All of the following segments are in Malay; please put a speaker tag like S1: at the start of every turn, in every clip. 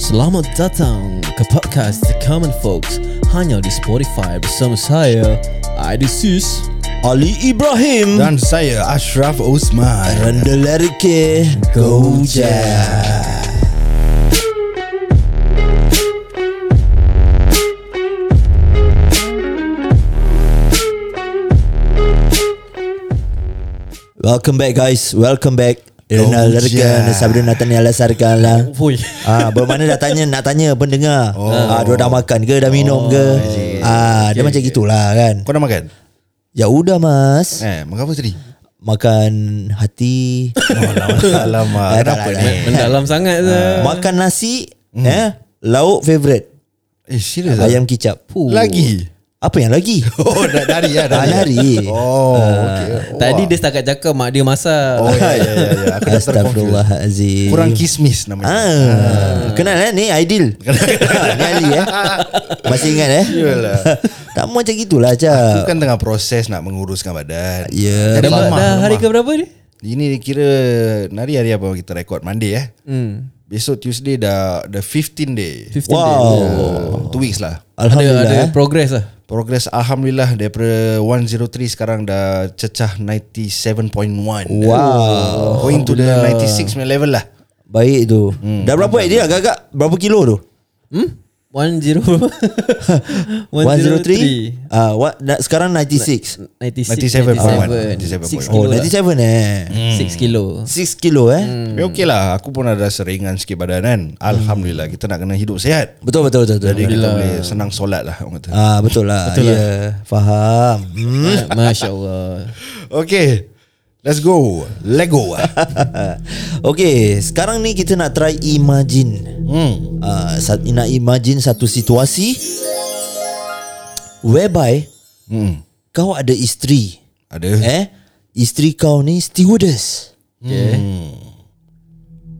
S1: Selamat datang ke podcast The Common Folks Hanya di Spotify bersama saya Adisus
S2: Ali Ibrahim
S3: Dan saya Ashraf Osman
S2: Anda lari ke Gojek Welcome back guys Welcome back
S3: Eh,
S2: Irna
S3: Gojek.
S2: Larkan Sabri Natania Lasarkan lah
S1: Fui
S2: Ah, bermakna dah tanya nak tanya pendengar. Oh. Ah, dia dah makan ke, dah
S3: Oh,
S2: minum ke? Ah, dia macam gitulah kan.
S3: Kau nak makan?
S2: Ya udah mas.
S3: Eh, makan apa tadi?
S2: Makan hati.
S3: Alamak,
S2: Eh, tak
S3: kenapa ni?
S2: lah, tak
S1: Mendalam sangat uh.
S2: Makan nasi
S3: Hmm.
S2: eh lauk favorite
S3: Eh, serius lah?
S2: ayam kicap. Puh.
S3: Lagi?
S2: Apa yang lagi?
S3: Oh, dah dari ya?
S2: Ah, lari. Ah,
S3: Oh, okay. Oh,
S1: Tadi
S3: wah.
S1: dia setakat cakap mak dia masak
S3: Oh, ya, ya, ya, ya. Aku dah terkonfuse.
S2: Astagfirullahalazim.
S3: Kurang kismis namanya.
S2: Ah, kenal eh ni Aidil. ni Ali eh. Masih ingat eh?
S3: Yalah.
S2: tak mau macam gitulah
S3: Aku
S2: Cap.
S3: kan tengah proses nak menguruskan badan.
S2: Ya.
S1: Dah,
S3: Lemah,
S1: dah, dah hari
S3: lemah.
S1: ke berapa ni?
S3: Ini kira Nari hari apa kita record Monday eh
S1: Hmm.
S3: Besok Tuesday dah The 15 day
S1: 15
S2: Wow.
S3: Uh, Two weeks lah
S1: Ada, ada
S2: Alhamdulillah. eh.
S1: progress lah
S3: Progress Alhamdulillah Daripada 103 sekarang dah Cecah 97.1
S2: Wow.
S3: Going to the 96 punya level lah
S2: Baik tu. Hmm. Dah berapa dia agak-agak berapa kilo tu?
S1: Hmm? 10
S2: 103. Ah, what dah, sekarang 96.
S1: 96
S3: 97.1.
S1: 97.1 6 kilo lah 6 kilo
S2: Oh, 97 eh. 6 kilo eh.
S3: Tapi okey lah Aku pun ada seringan sikit badan kan Alhamdulillah Kita nak kena hidup sehat
S2: Betul betul betul. betul.
S3: Jadi kita boleh senang solat lah orang kata.
S2: Ah betul lah. Betul ya, lah. faham. Hmm.
S1: Ma- Masya Allah
S3: Okay Let's go Lego lah
S2: Okey, sekarang ni kita nak try imagine.
S3: hmm.
S2: Ah sat, nak imagine satu situasi whereby
S3: Hmm.
S2: kau ada isteri.
S3: Ada
S2: Eh, isteri kau ni stewardess Hmm.
S1: Okay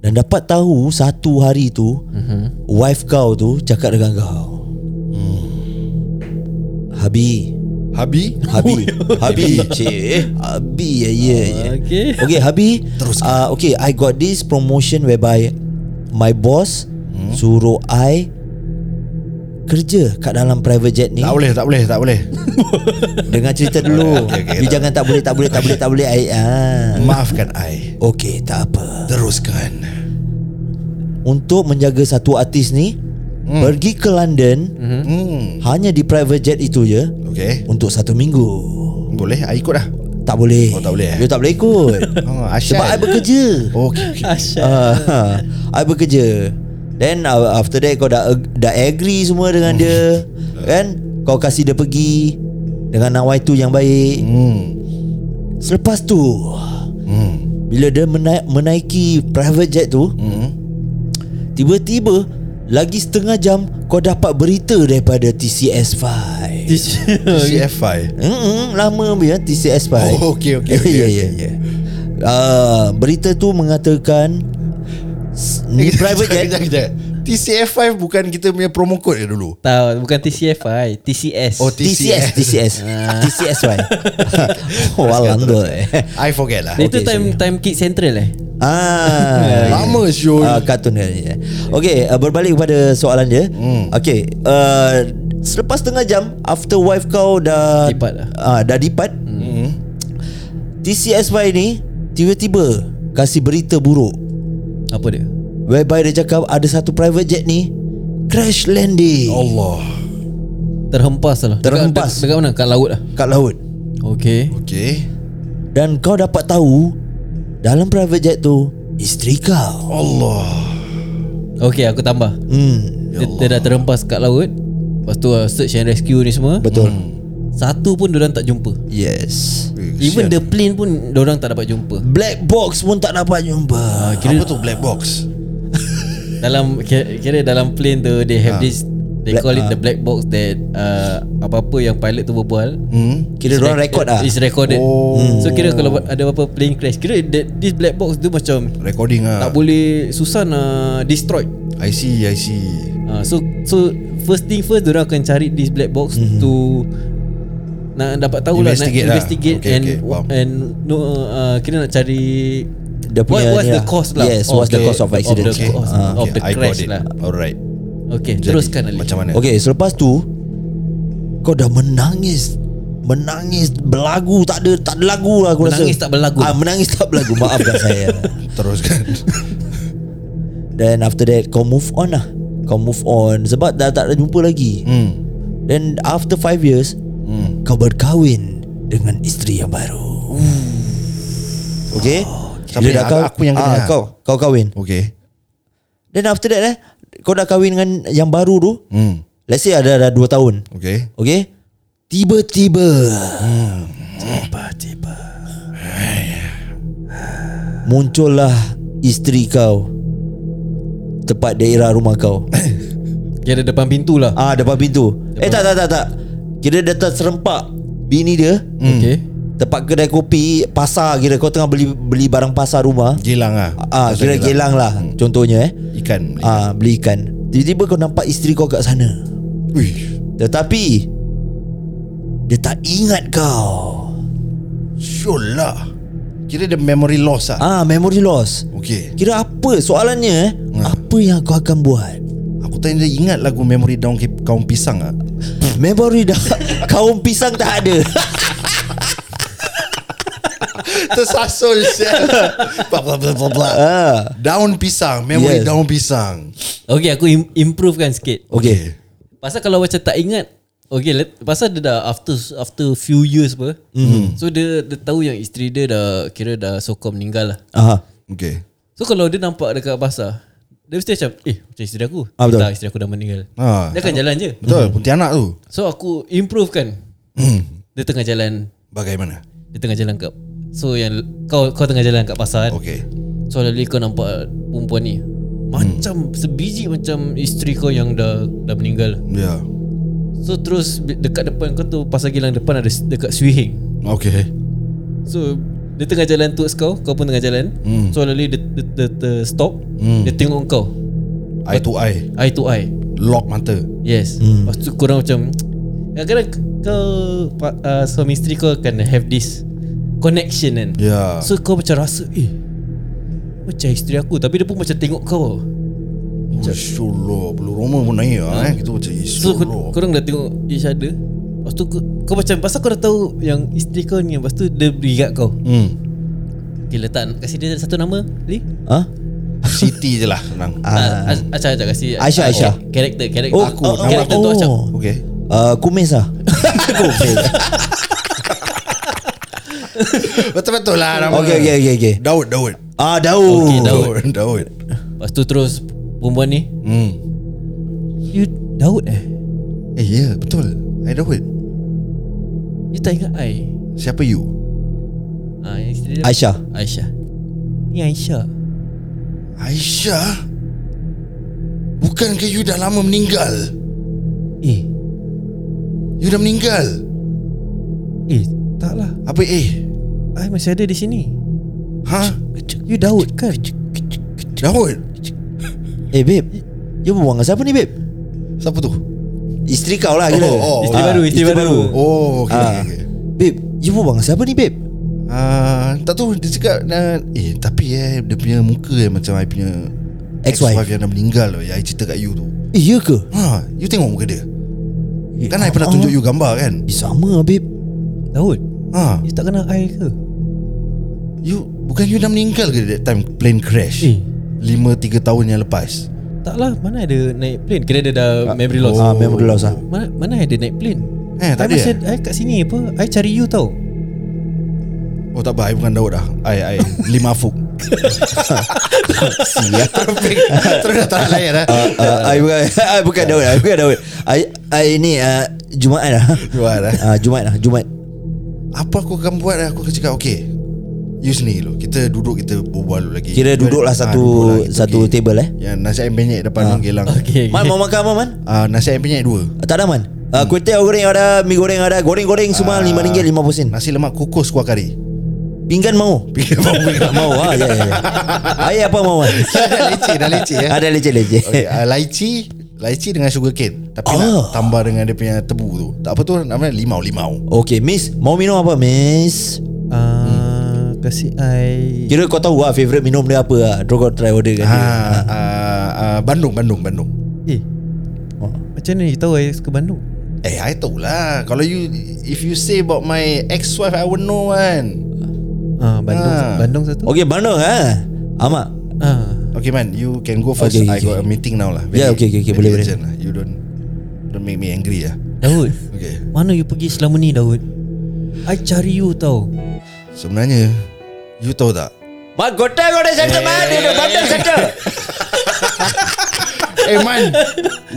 S2: dan dapat tahu satu hari tu wife kau tu cakap dengan kau. Hmm. Habi,
S3: Habi
S2: Habi, Habi, cik, Habi ya ya. ya.
S1: Okay
S2: Okay Habi Terus uh, Okay I got this promotion whereby My boss hmm? Suruh I Kerja kat dalam private jet ni
S3: Tak boleh tak boleh tak boleh
S2: Dengar cerita dulu
S3: Okay, okay,
S2: You
S3: tak
S2: jangan tak boleh Tak boleh tak boleh tak boleh I, ah.
S3: Maafkan I
S2: Okay tak apa
S3: Teruskan
S2: Untuk menjaga satu artis ni hmm. Pergi ke London hmm.
S3: hmm.
S2: Hanya di private jet itu je
S3: Okay
S2: Untuk satu minggu
S3: Boleh I ikut lah
S2: Tak boleh
S3: Oh, tak boleh, eh?
S2: You tak boleh ikut
S3: oh,
S2: Sebab I
S3: Asyad
S2: bekerja
S3: Okay, okay.
S1: Asyik
S2: Ah, I bekerja Then uh, after that kau dah ag- dah agree semua dengan dia
S3: Hmm.
S2: Kan Kau kasih dia pergi Dengan nawai tu yang baik
S3: Hmm.
S2: Selepas tu
S3: Hmm.
S2: Bila dia mena- menaiki private jet tu
S3: Hmm.
S2: Tiba-tiba Lagi setengah jam Kau dapat berita daripada TCS5 Eh,
S3: CFI.
S2: Mm-mm, lama eh, punya TCS5
S3: Oh, okey, okey, okey,
S2: Ya,
S3: okey.
S2: ya, ya Ah, Berita tu mengatakan s-
S3: Eh,
S2: Ni private jet
S3: Kejap, kejap. TCFI bukan kita punya promo code ke dulu?
S1: Tahu bukan TCFI TCS
S3: Oh, T-
S2: TCS TCS TCS why Walang tu eh.
S3: I forget lah.
S1: Itu
S2: okay,
S1: time time Kick Central eh
S2: Ah
S3: Lama Syul.
S2: Ah, kartun dia ni. Okay uh, Berbalik kepada soalan dia hmm. Okay uh, Selepas tengah jam After wife kau dah
S1: Lipat lah.
S2: ah, Dah lipat hmm. TCSY ni Tiba-tiba Kasih berita buruk
S1: Apa dia?
S2: Whereby dia cakap Ada satu private jet ni Crash landing
S3: Allah.
S1: Terhempas lah Dekat-
S2: Terhempas.
S1: Dekat, dekat mana? Kat laut lah
S2: Kat laut
S1: Okay
S3: Okay.
S2: Dan kau dapat tahu Dalam private jet tu Isteri kau
S3: Allah.
S1: Okay aku tambah
S2: Hmm,
S1: dia, dia dah terhempas kat laut Lepas tu uh, search and rescue ni semua
S2: betul.
S1: Satu pun diorang tak jumpa
S2: Yes.
S3: Eh,
S1: Even the plane pun diorang tak dapat jumpa
S2: Black box pun tak dapat jumpa.
S3: Apa tu black box?
S1: Dalam kira, kira dalam plane tu They have this They
S2: Black-
S1: call it the black box that uh, Apa-apa yang pilot tu berbual
S3: Hmm.
S1: It's
S2: Kira orang
S1: rec-
S2: rekod ah.
S1: It's recorded
S3: Oh.
S1: So kira kalau ada apa-apa plane crash Kira that, this black box tu macam
S3: Recording ah.
S1: Tak boleh Susah nak destroy
S3: I see, I see.
S1: uh, So so first thing first Diorang akan cari this black box mm-hmm. To nak dapat tahu lah nak
S3: Investigate lah.
S1: investigate
S3: Okay,
S1: and
S3: okay, faham.
S1: and no uh, kira nak cari
S2: dia
S1: What
S2: punya
S1: was
S2: ni
S1: the
S2: lah.
S1: cause lah
S2: Yes, what's the
S1: Okay,
S2: cause of
S1: the
S2: accident? Okay.
S1: cause.
S2: Ah.
S1: Of the
S3: I
S1: crash
S3: got it
S1: lah.
S3: Alright
S1: Okay
S3: Jadi,
S1: teruskan lah. Ali
S3: Macam mana
S2: Okay selepas tu Kau dah menangis Menangis Berlagu Tak ada tak ada lagu lah aku
S1: Menangis
S2: rasa.
S1: tak berlagu.
S2: ah, Menangis tak berlagu Maafkan saya
S3: Teruskan
S2: Then after that Kau move on lah Kau move on Sebab dah tak ada jumpa lagi
S3: hmm.
S2: Then after 5 years Kau berkahwin Dengan isteri yang baru Okay
S3: Siapa yang- aku- aku yang kena.
S2: ah, Kau kau kahwin
S3: Okay
S2: Then after that eh Kau dah kahwin dengan yang baru tu
S3: hmm.
S2: Let's say ada dah 2 tahun
S3: Okay
S2: Okay Tiba-tiba
S1: Tiba-tiba
S2: Muncullah Isteri kau Tepat daerah rumah kau
S1: Dia ada depan pintu lah
S2: Ah depan pintu Eh tak tak tak tak Kira dia terserempak Bini dia
S3: Hmm.
S1: Okay
S2: Tempat kedai kopi Pasar kira Kau tengah beli Beli barang pasar rumah
S3: Gelang lah
S2: Ah
S3: Pasal
S2: kira gelang lah Contohnya eh
S3: Ikan
S2: Ah beli ikan Tiba-tiba kau nampak isteri kau kat sana
S3: Uish.
S2: Tetapi Dia tak ingat kau
S3: Syul lah Kira dia memory loss lah
S2: Ah memory loss
S3: Okay
S2: Kira apa soalannya eh
S3: Hmm.
S2: Apa yang kau akan buat
S3: Aku tanya dia ingat lagu memory daun ki- kaum pisang lah
S2: Memory dah Kaum pisang tak ada
S3: Tersasul sial Blah, blah, blah, blah, blah.
S2: ah.
S3: Daun pisang Memory
S2: Yes.
S3: daun pisang
S1: Okay aku im- improvekan sikit
S2: Okay
S1: Pasal kalau macam tak ingat Okay let, Pasal dia dah After after few years apa mm-hmm.
S2: Mhm.
S1: So dia, dia tahu yang isteri dia dah Kira dah sokong meninggal lah
S2: Aha.
S3: Okay
S1: So kalau dia nampak dekat pasar Dia mesti macam Eh macam isteri aku
S2: Ah, betul.
S1: Tak isteri aku dah meninggal
S3: Ah.
S1: Dia akan jalan je
S3: Betul Pontianak tu Hmm.
S1: So aku improvekan Dia tengah jalan
S3: Bagaimana
S1: Dia tengah jalan kat So yang Kau kau tengah jalan kat pasar kan
S3: Okay
S1: So lalu kau nampak Perempuan ni
S2: Hmm.
S1: Macam Sebiji macam Isteri kau yang dah Dah meninggal
S3: Ya yeah.
S1: So terus be- Dekat depan kau tu Pasar Gilang depan ada s- Dekat Swihing
S3: Okay
S1: So Dia tengah jalan towards kau Kau pun tengah jalan
S3: Hmm.
S1: So lalu dia, dia, dia, dia stop
S3: Hmm.
S1: Dia tengok kau
S3: Eye to eye
S1: Eye to eye
S3: Lock mata
S1: Yes hmm. Lepas tu korang macam Kadang-kadang kau pa- uh, Suami isteri kau akan have this Connection kan
S3: Ya yeah.
S1: So kau macam rasa Eh Macam isteri aku Tapi dia pun macam tengok kau
S3: Oh, Syullah Belum rumah pun naik lah eh. Kita macam
S1: So
S3: Syullah
S1: kor- korang dah tengok each other Lepas tu kau, kau macam Pasal kau dah tahu Yang isteri kau ni Lepas tu dia beri kat kau
S3: hmm.
S1: Okay letak Kasih dia satu nama Li
S2: Ha?
S3: Siti je lah Senang
S1: Ah, Acah Acah kasih
S2: Aisyah, Aisyah.
S1: Ah, Karakter karakter
S2: Oh,
S1: aku
S2: oh, oh,
S1: Karakter tu
S2: oh.
S1: Acah
S3: Okay
S2: Uh, kumis lah Kumis
S3: Betul-betul lah nama
S2: Okay okay okay, okay.
S3: Daud Daud
S2: Ah Daud
S1: Okay, Daud.
S3: Daud Daud
S1: Lepas tu terus Perempuan ni
S3: hmm.
S1: You Daud eh
S3: Eh ya yeah, betul I Daud
S1: You tak ingat I
S3: Siapa you?
S1: ah, yang isteri dia-
S2: Aisyah
S1: Aisyah Ni Aisyah
S3: Aisyah Bukankah you dah lama meninggal?
S1: Eh
S3: You dah meninggal
S1: Eh tak lah
S3: Apa eh?
S1: I masih ada di sini
S3: Ha?
S1: You Daud kan
S3: Daud
S2: Eh babe You berbual dengan siapa ni babe
S3: Siapa tu?
S2: Isteri kau lah kira
S3: Oh, oh,
S1: Isteri
S2: Ah,
S1: baru Isteri baru
S3: Oh okay,
S2: Ah.
S3: okay, okay.
S2: Babe You berbual dengan siapa ni babe
S3: Ah, tak tahu dia cakap uh, eh tapi eh dia punya muka eh macam I punya
S2: Ex-wife.
S3: yang dah meninggal lah yang I cerita kat you tu.
S2: Eh ya ke
S3: Ha, you tengok muka dia. Kan I pernah tunjuk you gambar kan?
S2: Eh sama lah babe
S1: Daud
S3: Ha,
S1: You tak kenal I ke
S3: you bukan you dah meninggal ke that time plane crash?
S1: Eh.
S3: 5-3 tahun yang lepas.
S1: Tak lah Mana ada naik plane Kira dia dah memory loss
S2: Ah memang lost lah
S1: Mana, mana ada naik plane
S3: Eh,
S1: I
S3: tak ada
S1: masih, I
S3: eh?
S1: kat sini apa I cari you tau
S3: Oh tak apa, I bukan Daud dah. I I lima fuk. Sia. Terus dah tak layan eh. dah.
S2: Uh,
S3: ah,
S2: I bukan I bukan Daud I bukan Daud I, I ni uh, Jumaat lah
S3: Jumaat lah.
S2: Ah, Jumaat lah Jumaat
S3: Apa aku akan buat eh? Aku akan cakap Okay You sendiri dulu Kita duduk Kita berbual dulu lagi
S2: Kira duduk lah
S3: Ah,
S2: satu-
S3: duduk kita
S2: satu
S3: pergi.
S2: table, Ah, eh?
S3: Ya nasi ayam penyet Depan orang gelang
S1: Okay,
S2: Man mau makan apa man
S3: Ah, Nasi ayam penyet dua
S2: Tak ada man uh,
S3: Hmm.
S2: Kuih teh goreng ada Mie goreng ada Goreng-goreng
S3: Ah.
S2: semua lima ringgit lima puluh sen
S3: Nasi lemak kukus kuah kari
S2: Pinggan mau
S3: Pinggir bawah
S2: Tak mau ah, ya, ya. Ayah apa mau man
S3: Dah leceh Dah leceh ya
S2: Ada leceh-leceh
S3: okay, ah, Laici Laici dengan sugar cane Tapi
S2: Oh.
S3: nak tambah dengan dia punya tebu tu Tak apa tu namanya limau-limau
S2: Okay miss Mau minum apa miss
S1: uh, hmm.
S4: kasih I
S2: Kira kau tahu lah Favourite minum dia apa lah Terus kau try order kan
S3: Ha,
S2: dia
S3: uh, uh, Bandung Bandung Bandung.
S4: Eh
S2: Oh.
S4: Macam mana you tahu I suka Bandung
S3: Eh, I tahu lah. Kalau you if you say about my ex-wife, I would know kan.
S4: Ah, Bandung
S3: Ah.
S4: Bandung satu
S2: Okay Bandung ha Amat
S4: ah.
S3: Okay man, you can go first.
S2: Okay,
S3: Okay, I
S2: okay,
S3: got
S2: okay.
S3: a meeting now lah.
S2: Yeah, okay, okay, okay,
S3: very
S2: boleh, boleh.
S3: urgent lah. You don't don't make me angry lah.
S1: Daud
S3: Okay.
S1: Mana you pergi selama ni Daud I cari you tau
S3: Sebenarnya, you tahu tak?
S2: Mat gotai kau dah settle man Dia dah bandar settle
S3: eh man,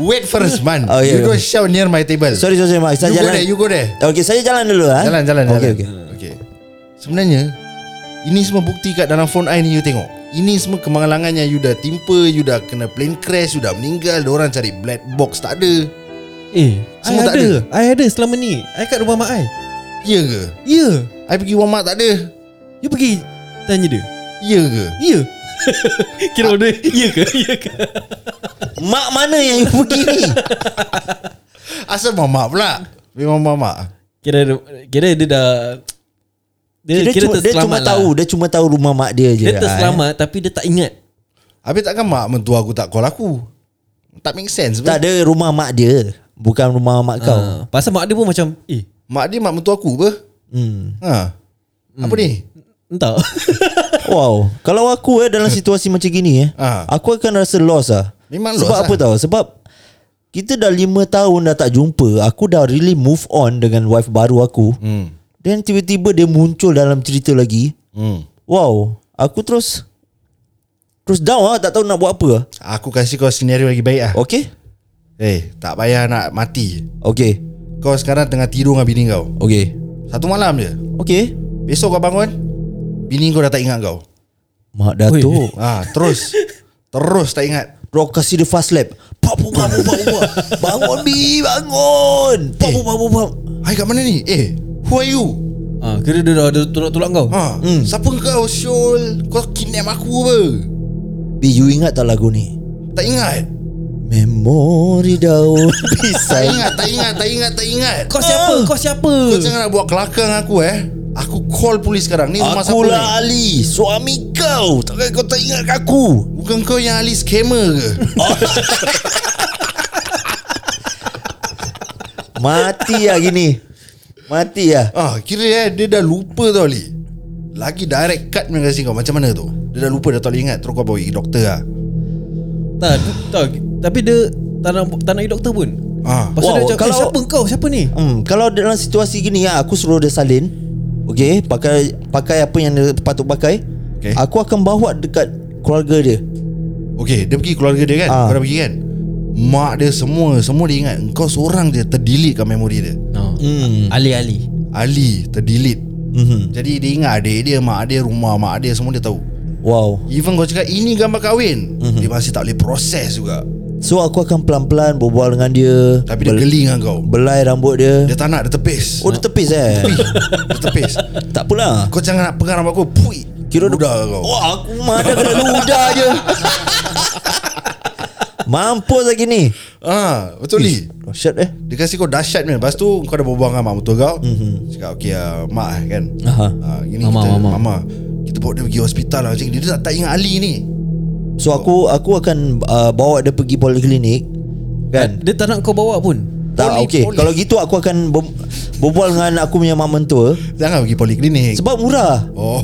S3: wait first man.
S2: Oh,
S3: you
S2: yeah, yeah.
S3: don't shout near my table.
S2: Sorry sorry Mat Saya
S3: you
S2: jalan
S3: go there, you go there.
S2: Okay saya jalan dulu ha
S3: Jalan, jalan,
S2: Okay
S3: jalan.
S2: okay
S3: okay. Sebenarnya, ini semua bukti kat dalam phone I ni you tengok. Ini semua kemalangan yang you dah timpa, you dah kena plane crash, you dah meninggal, orang cari black box tak ada.
S1: Eh
S4: I
S3: Semua tak
S4: ada I ada selama ni I kat rumah mak I
S3: Ya ke?
S4: Ya yeah.
S3: I pergi Walmart tak ada.
S1: You pergi Tanya dia
S3: Ya ke?
S1: Ya Kira order Ya ke Ya ke
S2: Mak mana yang you pergi ni
S3: Asal mamak pula? Memang mamak.
S1: Kira Kira dia dah Dia, kira
S2: Dia, cuma, dia cuma
S1: terselamat lah.
S2: tahu Dia cuma tahu rumah mak dia je
S1: Dia eh.
S2: lah,
S1: terselamat Tapi dia tak ingat
S3: Habis takkan mak mentua aku tak call aku? Tak make sense.
S2: eh.
S3: Tak.
S2: Tak ada rumah mak dia Bukan rumah mak kau
S1: Ah, Pasal mak dia pun macam Eh
S3: Mak dia mak mentua aku apa?
S2: hmm.
S3: Ha. Apa ni?
S1: Entah
S2: Wow Kalau aku eh Dalam situasi macam gini eh
S3: Ah.
S2: Aku akan rasa lost lah
S3: Memang
S2: Sebab
S3: lost
S2: apa
S3: lah.
S2: tahu Sebab Kita dah 5 tahun dah tak jumpa Aku dah really move on Dengan wife baru aku
S3: Hmm.
S2: Then tiba-tiba dia muncul dalam cerita lagi
S3: Hmm.
S2: Wow Aku terus Terus down lah Tak tahu nak buat apa lah.
S3: Aku kasih kau senario lagi baik ah.
S2: Okay
S3: Eh, tak payah nak mati.
S2: Okay
S3: Kau sekarang tengah tidur dengan bini kau.
S2: Okay
S3: Satu malam je.
S2: Okay
S3: Besok kau bangun, bini kau dah tak ingat kau.
S2: Mak Datuk
S3: Ha, terus. terus tak ingat.
S2: Bro kasi dia fast lap Pop pop pop pop pop Bangun bi Bangun Pop pop pop pop, pop
S3: Hai kat mana ni? Eh, who are you?
S1: ah, Kira dia dah ada tolak-tolak kau
S3: Ha,
S2: Hmm.
S3: siapa kau, Syul? Kau kidnap aku apa?
S2: Bi you ingat tak lagu ni
S3: Tak ingat.
S2: Memori daun
S3: Tak
S2: pisang
S3: ingat, tak ingat, tak ingat, tak ingat.
S1: Kau siapa Kau siapa
S3: Kau jangan nak buat kelakar dengan aku eh. Aku call polis sekarang. Ni rumah siapa ni?
S2: Akulah Ali Suami kau Takkan kau tak ingat aku
S3: Bukan kau yang ahli scammer ke?
S2: Mati lah gini Mati lah
S3: ah, kira eh dia dah lupa tau Ali. Lagi direct cut punya kasi kau. Macam mana tu? Dia dah lupa dah tak boleh ingat. Terus kau bawa pergi doktor lah.
S1: Tak, tak Tapi dia Tak nak, tak nak pergi doktor pun
S3: Ah.
S1: Pasal
S2: Wow,
S1: dia macam
S2: kalau-
S1: eh, Siapa kau Siapa ni
S2: Hmm, kalau dalam situasi gini ya, aku suruh dia salin. Okey, pakai pakai apa yang dia patut pakai.
S3: Okey.
S2: Aku akan bawa dekat keluarga dia.
S3: Okay, dia pergi keluarga dia kan?
S2: Ah.
S3: Kau dah pergi kan? Mak dia semua, semua dia ingat. Kau seorang je terdelete kat memori dia.
S1: no.
S2: Hmm.
S1: Ali-ali
S3: Ali terdelete.
S2: Mhm.
S3: Jadi dia ingat adik dia, mak dia, rumah mak dia semua dia tahu.
S2: Wow.
S3: Even kau cakap ini gambar kahwin,
S2: Mhm.
S3: dia masih tak boleh proses juga.
S2: So aku akan pelan-pelan berbual dengan dia.
S3: Tapi dia geli dengan kau.
S2: Belai rambut dia.
S3: Dia tak nak, dia tepis.
S2: Oh, dia tepis eh.
S3: Ih, Dia tepis.
S2: tak apalah.
S3: Kau jangan nak pegang rambut aku. Pui.
S2: Kira
S3: Kira ludah kau.
S2: Wah, Oh, aku mana kena ludah je. Mampus lagi ni.
S3: Ha, betul ni.
S2: Dahsyat eh.
S3: Dia kasi kau dahsyat ni. Lepas tu kau dah berbual dengan mak mertua kau. Cakap okey ah, mak eh, kan.
S2: Aha.
S3: Ah, gini
S1: Mama,
S3: kita
S1: mama.
S3: mama. Kita bawa dia pergi hospital lah macam ni. Dia tak, tak ingat Ali ni.
S2: So aku aku akan uh, bawa dia pergi poliklinik kan.
S1: Dia tak nak kau bawa pun
S2: Tak
S3: Poli-
S2: okey.
S3: poli.
S2: Kalau gitu aku akan ber, berbual dengan aku punya mak mentua
S3: Jangan pergi poliklinik.
S2: sebab murah.
S3: oh.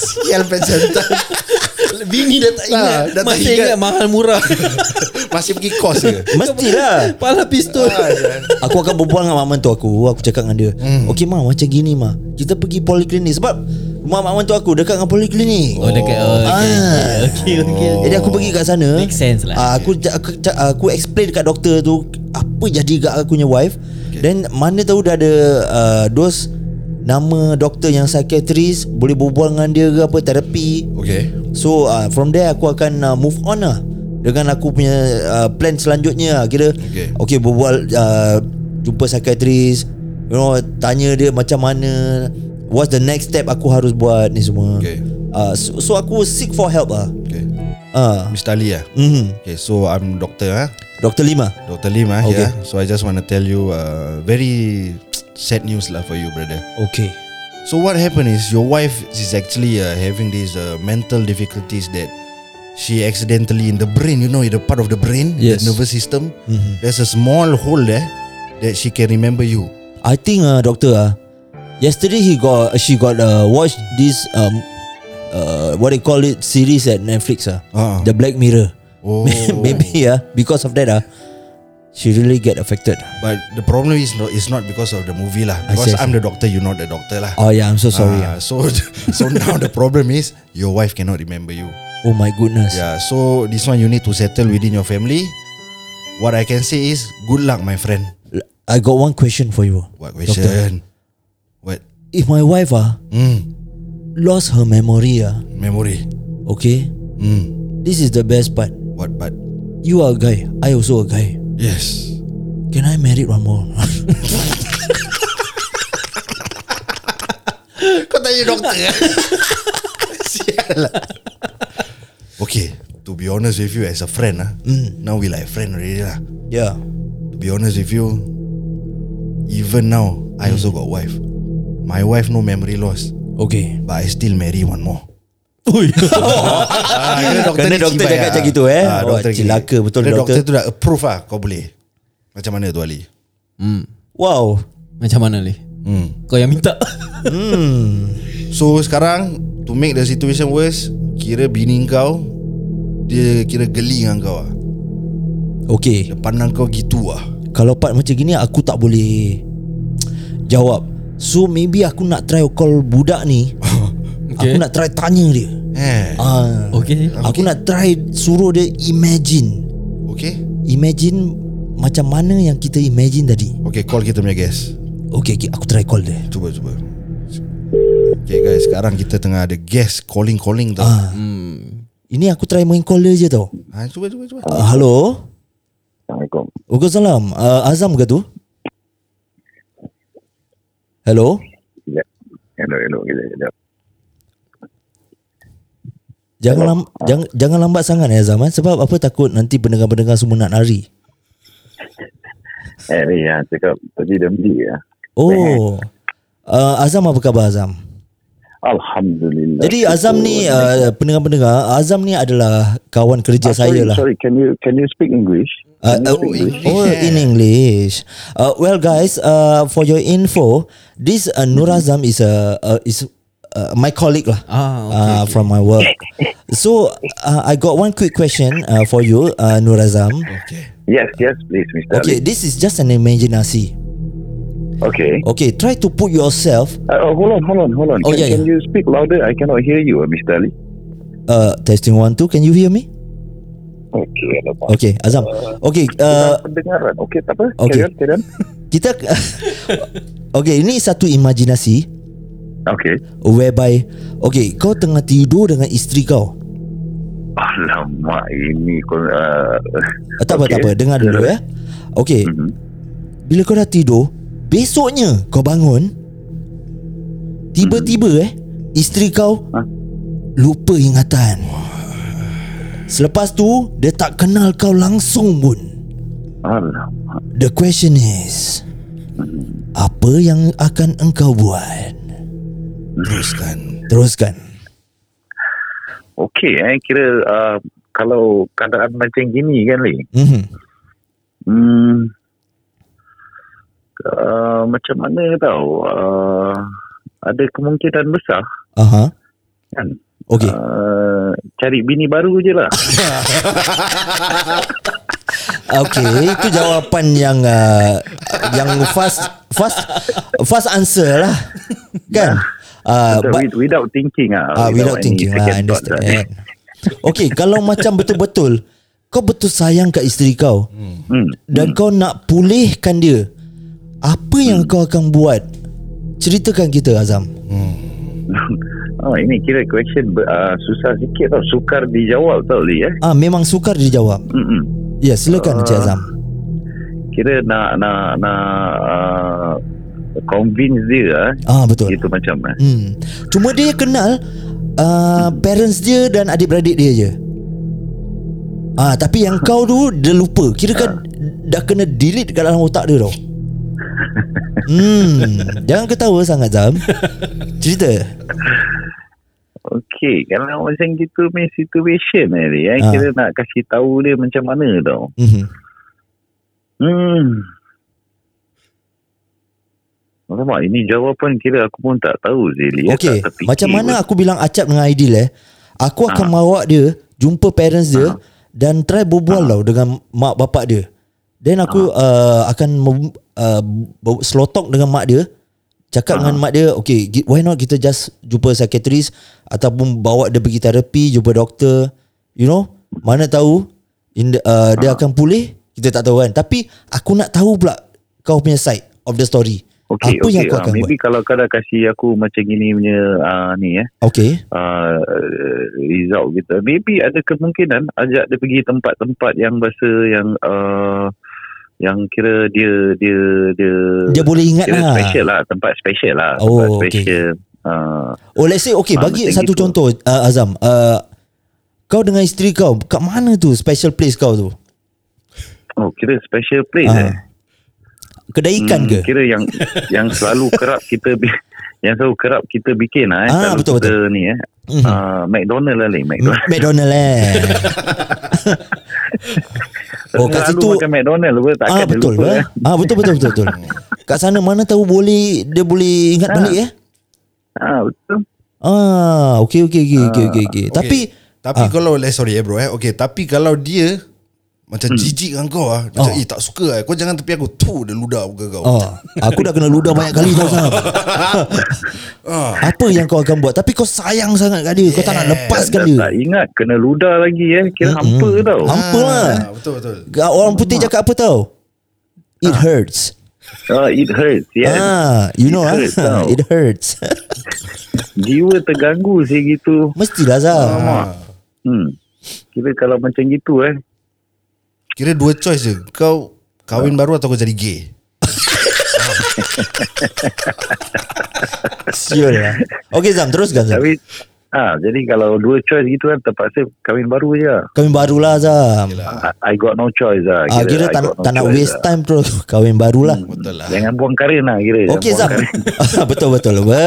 S3: Sial pejantan.
S1: Bini dah tak
S3: ingat.
S1: dah Masih tak ingat. mahal murah
S3: Masih pergi kos ke?
S2: Mestilah.
S1: Pala pistol
S3: Ah,
S2: Aku akan berbual dengan mak mentua aku. Aku cakap dengan dia, hmm. "Okey ma, macam gini ma. Kita pergi poliklinik sebab rumah mak mentua aku dekat dengan poliklinik."
S1: Oh dekat oh, okay.
S2: Ah.
S1: okay okay
S2: Jadi aku pergi kat sana.
S1: Oh. Make sense lah.
S2: Ah, aku, ja- aku ja- aku explain dekat doktor tu apa jadi kat aku punya wife. Okay. Then mana tahu dah ada uh, dos nama doktor yang psychiatrist boleh berbual dengan dia ke apa terapi.
S3: Okay.
S2: So uh, from there aku akan uh, move on lah dengan aku punya uh, plan selanjutnya lah. kira okay,
S3: Okay.
S2: okay berbual uh, jumpa psychiatrist you know tanya dia macam mana what's the next step aku harus buat ni semua.
S3: Okay.
S2: Uh, so, so aku seek for help lah.
S3: Okay.
S2: Ah.
S3: Mr. Ali lah.
S2: Mhm.
S3: Okay, so I'm doctor ah.
S2: Dr. Lima.
S3: Dr. Lim ah
S2: Okay.
S3: okay. yeah. So I just want to tell you uh, very sad news lah for you, brother.
S2: Okay
S3: So what happened is your wife is actually uh, having these uh, mental difficulties that she accidentally in the brain, you know, in the part of the brain,
S2: Yes. Mm-hmm.
S3: the nervous system. There's a small hole there that she can remember you.
S2: I think uh, doctor uh, yesterday he got she got uh, watch this um uh, what they call it series at Netflix uh,
S3: Ah.
S2: the Black Mirror.
S3: Oh.
S2: Maybe yeah because of that uh, she really get affected.
S3: But the problem is no, it's not because of the movie lah.
S2: I see,
S3: Because
S2: I
S3: I'm the doctor, you're not the doctor lah.
S2: Oh yeah, I'm so sorry.
S3: Ah, so so now the problem is your wife cannot remember you.
S2: oh my goodness.
S3: Yeah. So this one you need to settle within your family. What I can say is good luck, my friend.
S2: L- I got one question for you.
S3: What question? What?
S2: If my wife uh,
S3: Mm,
S2: lost her memory uh,
S3: memory.
S2: okay,
S3: Mm,
S2: this is the best part.
S3: what? But
S2: You are a guy, I also a guy.
S3: yes.
S2: Can I marry one more?
S3: Kau tanya doktor kan? Sial lah. Okay. To be honest with you, as a friend ah, now we like friend already lah.
S2: yeah.
S3: To be honest with you, even now I also got wife. My wife no memory loss,
S2: Okay.
S3: but I still marry one more. Ah,
S2: Kena
S3: ni
S2: doktor
S3: cibai
S2: cakap
S3: ah.
S2: macam gitu, eh.
S3: Ah,
S2: Wah,
S3: doktor gini.
S2: celaka betul
S3: Kena
S2: doktor.
S3: doktor tu dah approve lah kau boleh. Macam mana tu Ali?
S2: Wow.
S1: Macam mana ni
S3: Hmm.
S1: Kau yang minta
S3: So sekarang To make the situation worse Kira bini kau Dia kira geli dengan kau lah
S2: Okay.
S3: Dia pandang kau gitu lah
S2: Kalau part macam gini Aku tak boleh Jawab So maybe aku nak try call budak ni okay. Aku
S1: Okay.
S2: nak try tanya dia
S3: Eh
S2: ah,
S1: Okay
S2: Aku nak try suruh dia imagine
S3: Okay
S2: Imagine Macam mana yang kita imagine tadi
S3: Okay call kita punya guest
S2: Okay, okay aku try call dia
S3: Cuba cuba Okay guys sekarang kita tengah ada guest Calling-calling tau ah.
S2: Ini aku try main call dia je tau
S3: ha, Cuba cuba cuba
S2: uh, Hello
S5: Assalamualaikum.
S2: Waalaikumsalam uh, Azam ke tu? Hello
S5: Sekejap. Hello, hello. Kejap, kejap.
S2: Jangan lam, jangan, jangan lambat sangat ya Azam eh? Sebab apa takut nanti pendengar-pendengar semua nak lari
S5: Eh, ni yang cakap tadi dah beli ya.
S2: Oh. Uh, Azam apa khabar Azam?
S5: Alhamdulillah.
S2: Jadi Azam ni uh, pendengar-pendengar, Azam ni adalah kawan kerja
S5: Ah,
S2: saya
S5: sorry,
S2: lah.
S5: Sorry, can you can you speak English?
S2: Uh,
S5: Can you
S2: uh,
S5: speak English?
S2: oh, in English. Uh, well, guys, uh, for your info, this uh, Nur Azam is a uh, is uh, my colleague lah
S1: Ah, okay,
S2: uh, from my work. so uh, I got one quick question uh, for you, uh, Nur Azam.
S3: Okay
S5: Yes, yes, please, Mr.
S2: Okay,
S5: Ali.
S2: this is just an imagination.
S5: Okay.
S2: Okay, try to put yourself.
S5: Uh, oh, hold on, hold on, hold on.
S2: Oh,
S5: can,
S2: yeah,
S5: can
S2: yeah.
S5: you speak louder? I cannot hear you, uh, Mr. Ali.
S2: Uh, testing one two. Can you hear me?
S5: Okay, alamak.
S2: Okay, Azam. Okay. Uh,
S5: Kurang pendengaran. Okay, tak apa.
S2: okay.
S5: Carry on, carry on.
S2: Kita Okay ini satu imajinasi
S5: Okay.
S2: Whereby Okay kau tengah tidur dengan isteri kau
S5: Alamak, ini kau... Uh,
S2: Ah, Tak apa
S5: okay.
S2: tak apa Dengar dulu ya Okay
S5: Mhm.
S2: Bila kau dah tidur Besoknya kau bangun Tiba-tiba eh Isteri kau
S5: Hah?
S2: Lupa ingatan Selepas tu Dia tak kenal kau langsung pun
S5: Alamak.
S2: The question is Apa yang akan engkau buat
S3: Teruskan
S2: Teruskan
S5: Okey, eh, kira uh, kalau keadaan macam gini kan, Lee.
S2: Mhm.
S5: Hmm, uh, macam mana tau uh, ada kemungkinan besar
S2: Aha uh-huh.
S5: kan
S2: Okay
S5: uh, cari bini baru je lah
S2: Uh. Okay, itu jawapan yang uh, yang fast fast fast answer lah. Kan? Uh,
S5: so,
S2: but
S5: with, without thinking ah
S2: uh, without
S5: any
S2: thinking lah, I
S5: second thought lah.
S2: understand. Okay, kalau macam betul-betul kau betul sayang kat isteri kau
S5: hmm.
S2: dan kau nak pulihkan dia. Apa yang kau akan buat? Ceritakan kita Azam.
S5: oh, ini kira question ber- uh, susah sikit tau sukar dijawab tau Lee eh
S2: Ah memang sukar dijawab.
S5: Mm-mm.
S2: Ya, silakan Encik Azam.
S5: kira nak nak nak uh, convince dia
S2: Ah
S5: ah
S2: betul.
S5: gitu macam eh
S2: Hmm. Cuma dia kenal uh, parents dia dan adik-beradik dia je. Ah, tapi yang kau tu dia lupa. Kira kan dah kena delete kat dalam otak dia tau. Hmm, jangan ketawa sangat Zam. Cerita.
S5: Okey, kalau macam gitu punya situation ni, eh,
S2: Ah.
S5: ha. kita nak kasih tahu dia macam mana tau.
S2: Mhm.
S5: Hmm. Alamak, ini jawapan kira aku pun tak tahu Zeli. eh,
S2: Okey,
S5: tak terfikir
S2: macam mana
S5: pun. Ah.
S2: aku bilang Acap dengan Aidil eh? Aku akan ha. bawa dia jumpa parents dia dan try
S5: Ah.
S2: berbual ha. tau dengan mak bapak dia. Then aku ha. uh, akan mem- uh, ber- slow talk dengan mak dia. Cakap ha. dengan
S5: Ah.
S2: mak dia, okay, gi- why not kita just jumpa psychiatrist ataupun bawa dia pergi terapi, jumpa doktor. You know, mana tahu in the, uh,
S5: Ah.
S2: dia akan pulih, kita tak tahu kan. Tapi aku nak tahu pula kau punya side of the story.
S5: Okey,
S2: Apa yang
S5: okey.
S2: kau
S5: ah,
S2: akan
S5: maybe
S2: buat?
S5: kalau kau dah kasih aku macam gini punya uh, ni eh,
S2: Okay.
S5: uh, result kita. Maybe ada kemungkinan ajak dia pergi tempat-tempat yang bahasa yang uh, yang kira dia dia dia
S2: Dia boleh ingat
S5: kira
S2: lah.
S5: special lah, tempat special lah,
S2: Oh,
S5: tempat
S2: okey.
S5: special. Uh,
S2: Oh let's say Okay
S5: Ah,
S2: bagi
S5: macam
S2: satu
S5: gitu.
S2: contoh uh, Azam uh, Kau dengan isteri kau Kat mana tu Special place kau tu
S5: oh, kira special place
S2: Ah,
S5: eh.
S2: Kedai ikan
S5: Hmm,
S2: ke
S5: Kira yang yang selalu kerap kita bi- yang selalu kerap kita bikin lah eh.
S2: Ah,
S5: selalu
S2: betul,
S5: kita ni eh.
S2: Mhm. Hmm.
S5: Uh, McDonald lah ni, McDonald.
S2: McDonald eh Oh kat
S5: Selalu
S2: situ
S5: makan McDonald pun
S2: Ah
S5: tak akan dia
S2: betul
S5: lupa,
S2: eh?
S5: eh.
S2: Ah betul betul betul betul. kat sana mana tahu boleh dia boleh ingat
S5: Ah.
S2: balik eh.
S5: Ah, betul.
S2: Ah okey okey okey okey okey. Okay. Tapi
S3: Tapi
S2: Ah.
S3: kalau eh, Sorry eh bro eh Okay tapi kalau dia Macam jijik dengan kau ah, Macam
S2: Oh.
S3: eh tak suka eh Kau jangan tepi aku Tu dia ludah muka kau
S2: oh, aku dah kena ludah banyak kali tau Sam.
S3: Ah.
S2: Apa yang kau akan buat? Tapi kau sayang sangat kat dia. Kau tak Hmm, nak lepaskan
S5: Dah
S2: dia.
S5: tak ingat Kena ludah lagi eh Kira
S2: Mm-mm.
S5: hampa tau
S2: Hampa. Ampun lah.
S3: Ah, Betul betul
S2: Orang putih cakap apa tau? It hurts.
S5: Ah, It hurts yeah.
S2: Ah, you
S5: It
S2: know ah,
S5: hurts tau.
S2: it hurts.
S5: Jiwa terganggu sih gitu
S2: Mestilah Zah.
S3: Ah.
S5: Mak hmm. Kira kalau macam gitu eh
S3: Kira dua choice je Kau Kahwin baru atau kau jadi gay
S2: Siul lah. Okay Zam, teruskan Zam.
S5: Tapi ah, Jadi kalau dua choice gitu kan Terpaksa kahwin baru je lah.
S2: Kami barulah Zam.
S5: I I got no choice lah
S2: Ah, kira
S5: I
S2: tak,
S5: got Hmm, no
S2: tak nak
S5: choice
S2: waste
S5: lah.
S2: time terus Kahwin barulah
S3: Betul lah
S5: Jangan buang karen lah kira Jangan
S2: Okay
S5: buang
S2: Zam
S5: karen.
S2: Betul-betul apa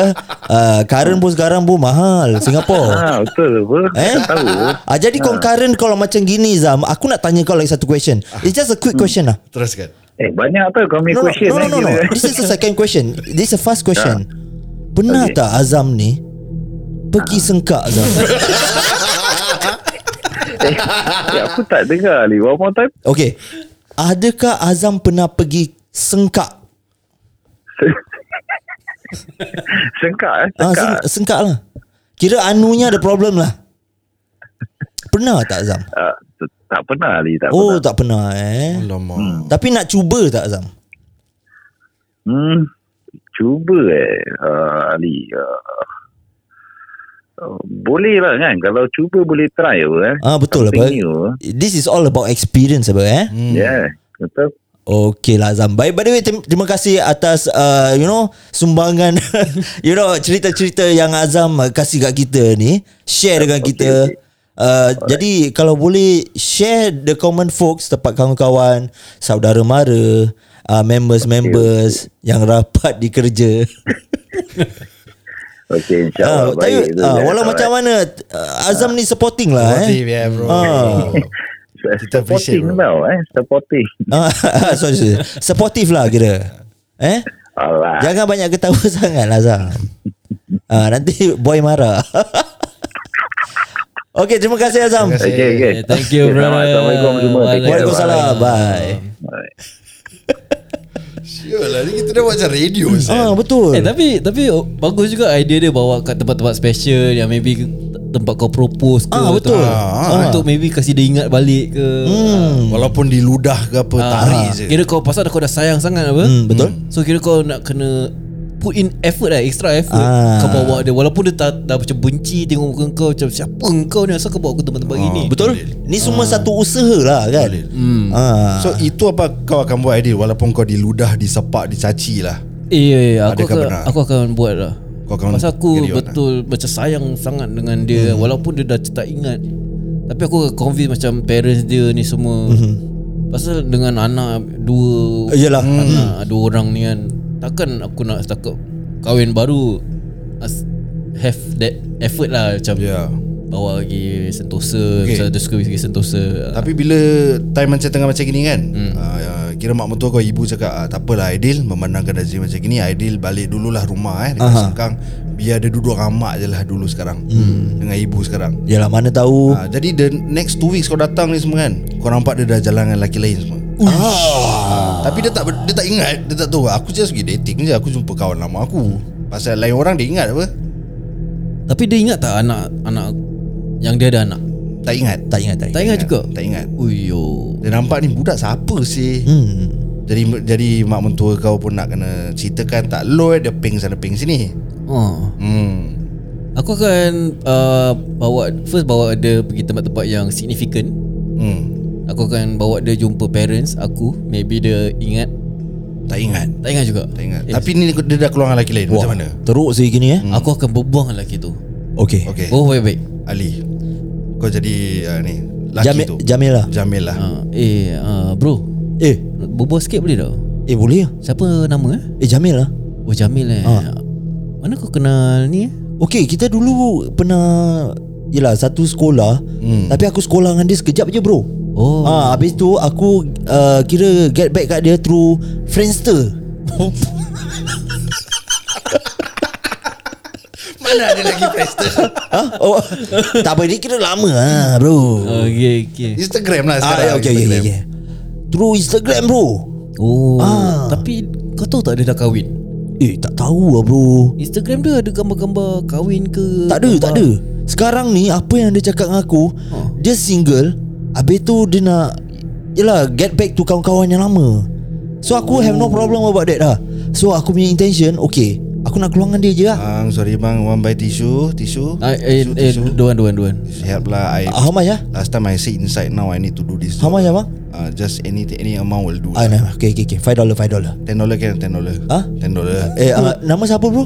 S2: uh, Current pun sekarang pun mahal Singapura
S5: Ah, Betul apa
S2: Oh. Eh?
S5: Tak tahu
S2: Ah, jadi concurrent kalau macam gini Zam Aku nak tanya kau lagi satu question
S5: Ah.
S2: It's just a quick question lah
S3: Teruskan
S5: Eh banyak tau kau punya
S2: No, no,
S5: Hmm. question
S2: no,
S5: eh,
S2: no, no,
S5: kira.
S2: no. This is the second question. This is a fast question. Benar
S5: Okay.
S2: tak
S5: Ah.
S2: Azam ni pergi sengkak Azam?
S5: Eh, Aku tak dengar Ali One more time
S2: okay. Adakah Azam pernah pergi sengkak?
S5: Sengkak eh
S2: Ah,
S5: Sengkak
S2: seng, sengkak lah. Kira anunya ada problem lah. Pernah tak Azam?
S5: Ah, t- Tak pernah Ali Tak
S2: oh,
S5: pernah
S2: tak pernah eh.
S3: Alamak
S2: Tapi nak cuba tak Azam?
S5: Hmm, cuba eh uh, Ali. Uh, uh, boleh lah kan kalau cuba boleh try apa eh.
S2: Ah betul lah.
S5: Something
S2: Abang.
S5: new.
S2: This is all about experience apa eh?
S5: Hmm. Yeah. Betul.
S2: Okey lah Azam Baik by the way terima, terima kasih atas uh, You know Sumbangan You know Cerita-cerita yang Azam uh, Kasih kat kita ni Share dengan kita
S5: okey.
S2: Uh, jadi kalau boleh Share the common folks Tempat kawan-kawan Saudara mara uh, Members-members Yang rapat di kerja
S5: Okey
S2: uh,
S5: insyaAllah.
S2: tapi,
S5: baik
S2: uh,
S5: tu, ya.
S2: Walau
S5: Alright. Ah.
S2: macam mana uh, Azam ni supporting lah eh.
S3: Positif yeah bro
S2: Ah.
S3: kita appreciate,
S5: Supporting
S3: bro.
S5: tau eh. Supporting.
S2: Ah, sorry, sorry. Supportive lah kira Eh
S5: Alright.
S2: Jangan banyak ketawa sangat lah Zam ha, Nanti boy marah Okay terima kasih Azam
S3: Terima kasih.
S5: Okay, okay.
S1: Yeah, thank you,
S5: Okay,
S1: brother.
S5: Assalamualaikum semua. Take care.
S2: Waalaikumsalam Bye
S5: Bye.
S3: Sial lah ni kita dah buat macam radio
S2: Ah
S3: Zan.
S2: Betul
S1: Eh tapi tapi oh, bagus juga idea dia bawa kat tempat-tempat special yang maybe tempat kau propose ke
S2: Ah, betul.
S1: tempat- untuk maybe kasi dia ingat balik ke. Hmm. Ah.
S3: Walaupun diludah ke apa Tarik je
S1: Kira kau pasal kau dah sayang sangat apa?
S2: Hmm, betul.
S1: So kira kau nak kena put in effort lah, extra effort.
S2: Ah.
S1: Kau bawa dia walaupun dia dah, dah macam benci tengok muka kau macam siapa kau ni asal kau bawa aku tempat-tempat gini.
S2: Betul Ni semua satu usaha lah kan
S1: Hmm.
S2: Ah,
S3: So itu apa kau akan buat Aidil Walaupun kau diludah Disepak Dicaci lah
S1: Eh, ya, ya, aku
S3: Adakah
S1: akan,
S3: benar?
S1: aku akan buat lah.
S3: Kau akan
S1: Pasal aku
S3: carry on,
S1: betul macam sayang sangat dengan dia hmm. walaupun dia dah tak ingat. Tapi aku akan convince macam parents dia ni semua. Hmm. Pasal dengan anak dua
S2: Yalah.
S1: anak dua orang ni kan. Takkan aku nak setakat kahwin baru as- have that effort lah macam
S3: Ya.
S1: bawa pergi Sentosa,
S3: Okay.
S1: okay. dia suka pergi Sentosa.
S3: Tapi bila time macam tengah macam gini kan hmm. uh, Kira mak mentua kau ibu cakap ah, Tak apalah Aidil Memandangkan Azri macam gini Aidil balik dululah rumah eh Dekat
S2: Aha.
S3: Sengkang Biar dia duduk dengan mak je lah dulu sekarang hmm. Dengan ibu sekarang
S2: Yalah mana tahu.
S3: uh, Jadi the next two weeks kau datang ni semua kan Kau nampak dia dah jalan dengan lelaki lain semua Ah. Tapi dia tak ber- dia tak ingat Dia tak tahu Aku just pergi dating je Aku jumpa kawan lama aku Pasal lain orang dia ingat apa
S1: Tapi dia ingat tak anak anak yang dia ada anak?
S3: Tak ingat Ya,
S2: Tak ingat tak
S1: Tak
S2: ingat.
S1: ingat juga.
S3: Tak ingat
S1: Uyo.
S3: Dia nampak ni budak siapa sih
S2: Hmm.
S3: Jadi jadi mak mentua kau pun nak kena ceritakan tak lo eh, dia ping sana ping sini.
S1: Oh.
S3: Hmm.
S1: Aku akan uh, bawa first bawa dia pergi tempat-tempat yang significant.
S3: Hmm.
S1: Aku akan bawa dia jumpa parents aku Maybe dia ingat
S3: Tak ingat.
S1: Tak ingat juga
S3: Tak ingat.
S1: Eh,
S3: Tapi ni dia dah keluar dengan lelaki lain. Macam mana?
S2: Teruk sih gini eh.
S1: Aku akan berbuang dengan lelaki tu
S2: Okey.
S3: Okey.
S1: Oh baik-baik
S3: Ali. Kau jadi uh, ni laki
S2: Jamil
S3: tu.
S2: Jamila.
S3: Jamil lah.
S1: uh, Eh uh, bro
S2: Eh,
S1: Berbual sikit boleh tak?
S2: eh boleh ah.
S1: Siapa nama eh?
S2: Eh Jamila.
S1: Oh Jamil eh
S2: Ah.
S1: Mana kau kenal ni eh?
S2: Okey, kita dulu pernah Yelah satu sekolah hmm. Tapi aku sekolah dengan dia sekejap je bro
S1: Oh.
S2: ha, Habis tu aku uh, kira get back kat dia through Friendster
S3: Mana ada lagi Prester?
S2: ha? oh, Tak apa, dia kira lama ha, bro
S1: Okay okay
S3: Instagram lah
S2: Ah,
S3: sekarang.
S2: ya, okay, okay, okay,
S3: Instagram.
S2: okay. Through Instagram bro
S1: Oh
S2: Ah.
S1: Tapi kau tahu tak dia dah kahwin?
S2: Eh tak tahu lah bro
S1: Instagram dia ada gambar-gambar kahwin ke?
S2: Tak ada,
S1: gambar-
S2: tak ada Sekarang ni apa yang dia cakap dengan aku
S1: Ha.
S2: Dia single Habis tu dia nak Yelah get back to kawan-kawan yang lama So aku have no problem about that lah So aku punya intention Okay Aku nak keluar dengan dia je lah
S3: Bang, sorry bang, one by tisu, tisu.
S1: Ah, eh,
S3: Tisu,
S1: eh,
S3: tisu.
S1: duan, duan, duan
S3: Help lah. I,
S2: How much lah?
S3: last time I say inside now I need to do this.
S2: How much lah bang?
S3: Uh, just any any amount will do. lah.
S2: Ah, nah, okay, okay, okay. Five dollar, five dollar.
S3: Ten dollar can ten dollar.
S2: Huh?
S3: Ten dollar.
S2: Eh,
S1: ah,
S2: uh, nama siapa bro?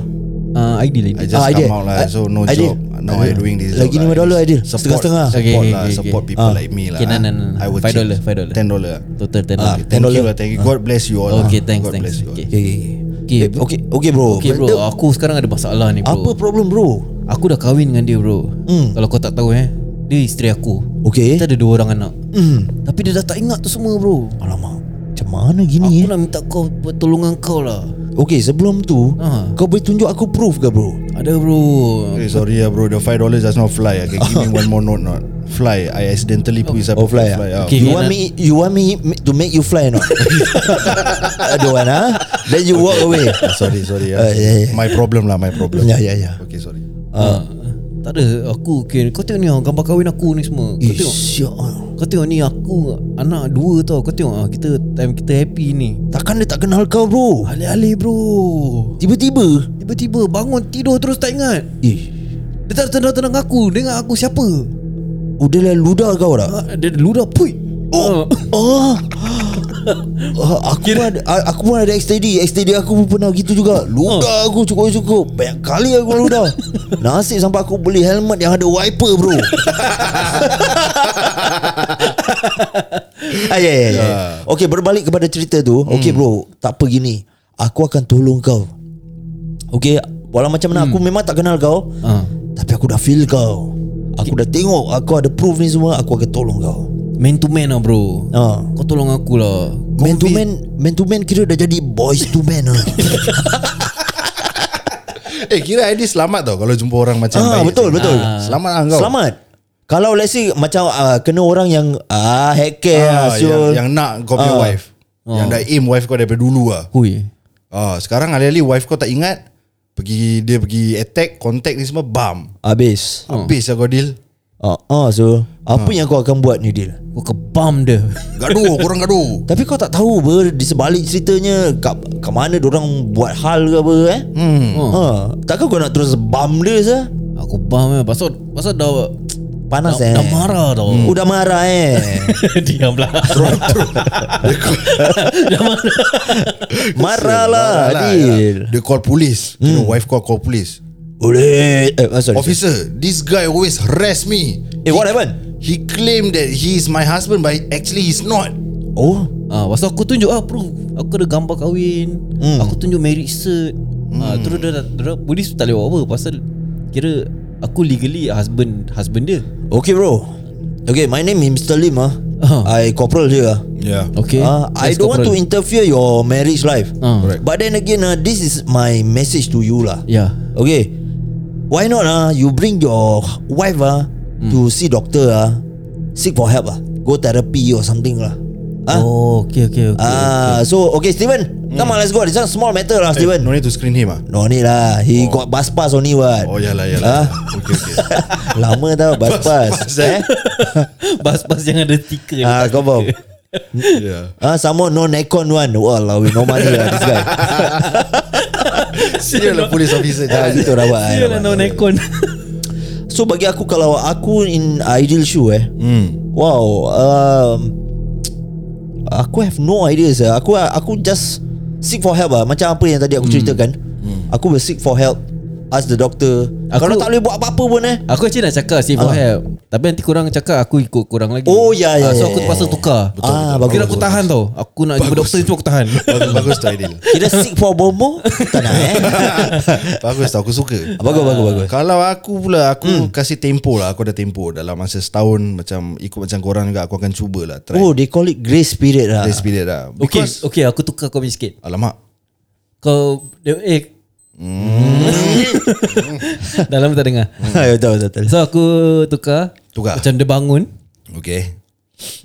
S1: uh, ID lah
S3: I
S1: ini
S3: just
S2: Ah,
S3: come
S2: Aidil.
S3: out lah
S2: Ah,
S3: So no
S2: Aidil.
S3: job Now I doing this
S2: Lagi
S3: job
S2: lima
S3: lah.
S2: dolar, Aidil.
S3: Support,
S2: Setengah-setengah.
S1: Okay,
S3: support
S1: okay,
S3: lah
S1: okay,
S3: Support
S1: okay.
S3: people
S2: Ah.
S3: like me lah
S1: Okay, nah,
S3: ah.
S1: nah, nah.
S3: I would
S1: Five
S3: change.
S1: dollar, five dollar.
S3: Ten dollar
S1: Total 10
S2: Ah,
S1: uh,
S3: Thank
S2: dollar.
S3: you lah Thank you God bless you all
S1: Okay,
S3: lah.
S1: thanks,
S3: God
S1: thanks.
S3: bless you all
S1: Okay.
S2: Okay, okay, okay.
S1: Okay,
S2: Eh, okay, okay bro.
S1: Okay bro,
S2: Dia-
S1: aku sekarang ada masalah ni bro.
S2: Apa problem bro?
S1: Aku dah kahwin dengan dia bro.
S2: Hmm.
S1: Kalau kau tak tahu eh, dia isteri aku.
S2: Okay.
S1: Kita ada dua orang anak.
S2: Hmm.
S1: Eh? Tapi dia dah tak ingat tu semua bro.
S2: Alamak. Macam mana
S1: Aku
S2: gini eh?
S1: nak minta kau pertolongan kau lah.
S2: Okay, sebelum tu,
S1: Ha.
S2: kau boleh tunjuk aku proof ke bro?
S1: Ada bro. Eh,
S3: Hey, sorry lah bro The five dollars does not fly Okay give me one more note not Fly I accidentally put inside
S2: Oh fly, ah.
S3: out.
S1: Okay,
S2: you
S1: okay,
S2: want
S1: nah.
S2: me you want me to make you fly or not? I don't want ah. Then you walk away.
S3: Ah, Sorry sorry ah.
S2: Ah, yeah, yeah.
S3: My problem lah My problem
S2: Ya ya ya.
S3: Okay sorry
S1: Ha. Tak ada aku okay. Kau tengok ni ah, gambar kahwin aku ni semua. Kau
S2: Eh,
S1: tengok.
S2: siap.
S1: Kau tengok ni aku anak dua tau. Kau tengok ah, kita time kita happy ni.
S2: Takkan dia tak kenal kau bro?
S1: Alih-alih bro.
S2: Tiba-tiba.
S1: Tiba-tiba bangun tidur terus tak ingat.
S2: Eh,
S1: Dia tak tenang-tenang aku. Dia ingat aku siapa.
S2: udahlah ludah kau dah.
S1: Ah, Dia ludah pui. Oh.
S2: Oh. Ah, aku pun ada ah, aku pun ada XTD. XTD aku pun pernah gitu juga. Ludah aku cukup-cukup. Banyak kali aku ludah. Nasib sampai aku beli helmet yang ada wiper, bro. ah, ya, ya, Hmm. ya. Okey, berbalik kepada cerita tu. Okey, bro. Tak apa gini. Aku akan tolong kau. Okey, walau macam mana aku memang tak kenal kau.
S1: Ah.
S2: Tapi aku dah feel kau. Aku dah tengok, aku ada proof ni semua, aku akan tolong kau.
S1: Man to man lah bro.
S2: Ha.
S1: Kau tolong aku lah.
S2: Man to man Man to man kira dah jadi Boys to man lah
S3: Eh kira Aidil selamat tau Kalau jumpa orang macam
S2: Ah,
S3: baik
S2: betul, betul.
S3: Ah. Selamat lah kau
S2: Selamat Kalau let's say Macam uh, kena orang yang ah, Head care
S3: ah,
S2: ah, so,
S3: yang, yang nak kau punya
S2: Ah.
S3: wife Yang dah aim wife kau daripada dulu lah
S1: Hui.
S3: Ah, sekarang alih-alih wife kau tak ingat pergi dia pergi attack contact ni semua bam.
S2: Habis
S3: Habis lah kau deal.
S2: ah, ah, So Apa yang kau akan buat ni Dil
S1: Kau kebam dia.
S3: Gaduh, korang gaduh.
S2: Tapi kau tak tahu ber Di sebalik ceritanya Kat, kat mana orang buat hal ke apa eh
S3: Hmm.
S2: hmm. ha, Takkan kau nak terus Bam dia sah
S1: Aku bam eh. Pasal, pasal dah,
S2: Panas
S1: dah,
S2: eh
S1: dah marah tau. lah.
S3: Hmm.
S2: Oh dah marah eh
S1: Diamlah.
S2: Marah
S3: Marah
S2: lah
S3: lah,
S2: Dil
S3: ya. Dia call polis. Kira
S2: Hmm.
S3: wife kau call polis.
S2: Boleh eh, ah, sorry, sorry.
S3: Officer, this guy always harass me.
S2: Eh what happened
S3: He claim that he is my husband but actually he's not.
S2: Oh
S1: Ah, lepas tu aku tunjuk ah proof. Aku ada gambar kahwin.
S2: Hmm.
S1: Hmm. Aku tunjuk marriage cert. Hmm. Ah, terus dia, dia polis tak boleh buat apa pasal kira aku legally husband husband dia.
S2: Okay bro Okay my name is Mr. Lim ah.
S1: Ah.
S2: I corporal je ah.
S3: Yeah.
S1: Okay.
S2: Ah, I don't want to interfere your marriage life
S1: Ah.
S3: Correct.
S2: But then again ah, This is my message to you lah
S1: Yeah.
S2: Okay Why not ah You bring your wife ah To see doctor ah Seek for help ah Go therapy or something lah Ah,
S1: Oh, okay okay okay.
S2: ah so okay Steven Come on let's go This one small matter lah
S3: Hey,
S2: Steven
S3: no need to screen him ah.
S2: No need lah He got bus pass only what
S3: Oh yalah yalah.
S2: Ah.
S3: Okay okay.
S2: Lama tau bus pass Eh
S1: Bas-bas yang ada tiker.
S2: Ah, kau faham
S3: yeah.
S2: Ah, some more no Nikon one. Wallah, we no money lah this guy.
S3: Dia lah police officer.
S2: Ah,
S3: jahat.
S2: gitu rabak. eh,
S1: Dia lah
S2: rabak.
S1: no Nikon.
S2: So bagi aku kalau aku in ideal shoe eh.
S3: Hmm.
S2: Wow. Um, aku have no ideas. eh. Aku aku just seek for help ah. Macam apa yang tadi aku ceritakan. Aku will seek for help. Ask the doctor.
S1: Aku-
S2: kalau tak boleh buat apa-apa pun eh.
S1: Aku actually nak cakap Save for
S2: Ah.
S1: help Tapi nanti korang cakap Aku ikut korang lagi
S2: Oh, ya,
S1: Ah,
S2: ya,
S1: So
S2: ya,
S1: aku
S2: ya,
S1: terpaksa
S2: ya.
S1: tukar
S2: Betul, Ah, betul. bagus,
S1: Kira aku
S2: bagus,
S1: tahan tau Aku nak jumpa doktor tu aku tahan
S3: Bagus, bagus tu Aidil
S2: Kira seek for bomo tak nak eh.
S3: Ah, Bagus tau aku suka Ah,
S2: Bagus, bagus, bagus.
S3: Kalau aku pula Aku hmm. kasih tempo lah Aku ada tempo Dalam masa setahun Macam ikut macam korang juga Aku akan cubalah Try
S2: Oh, they call it grace period lah.
S3: Grace period lah
S1: Okay
S3: Because
S1: okay aku tukar kau punya sikit
S3: Alamak
S1: Kau Eh
S2: Hmm.
S1: Dalam tak dengar
S2: Betul, betul, betul.
S1: So aku tukar
S3: Tukar.
S1: Macam dia bangun
S3: Okay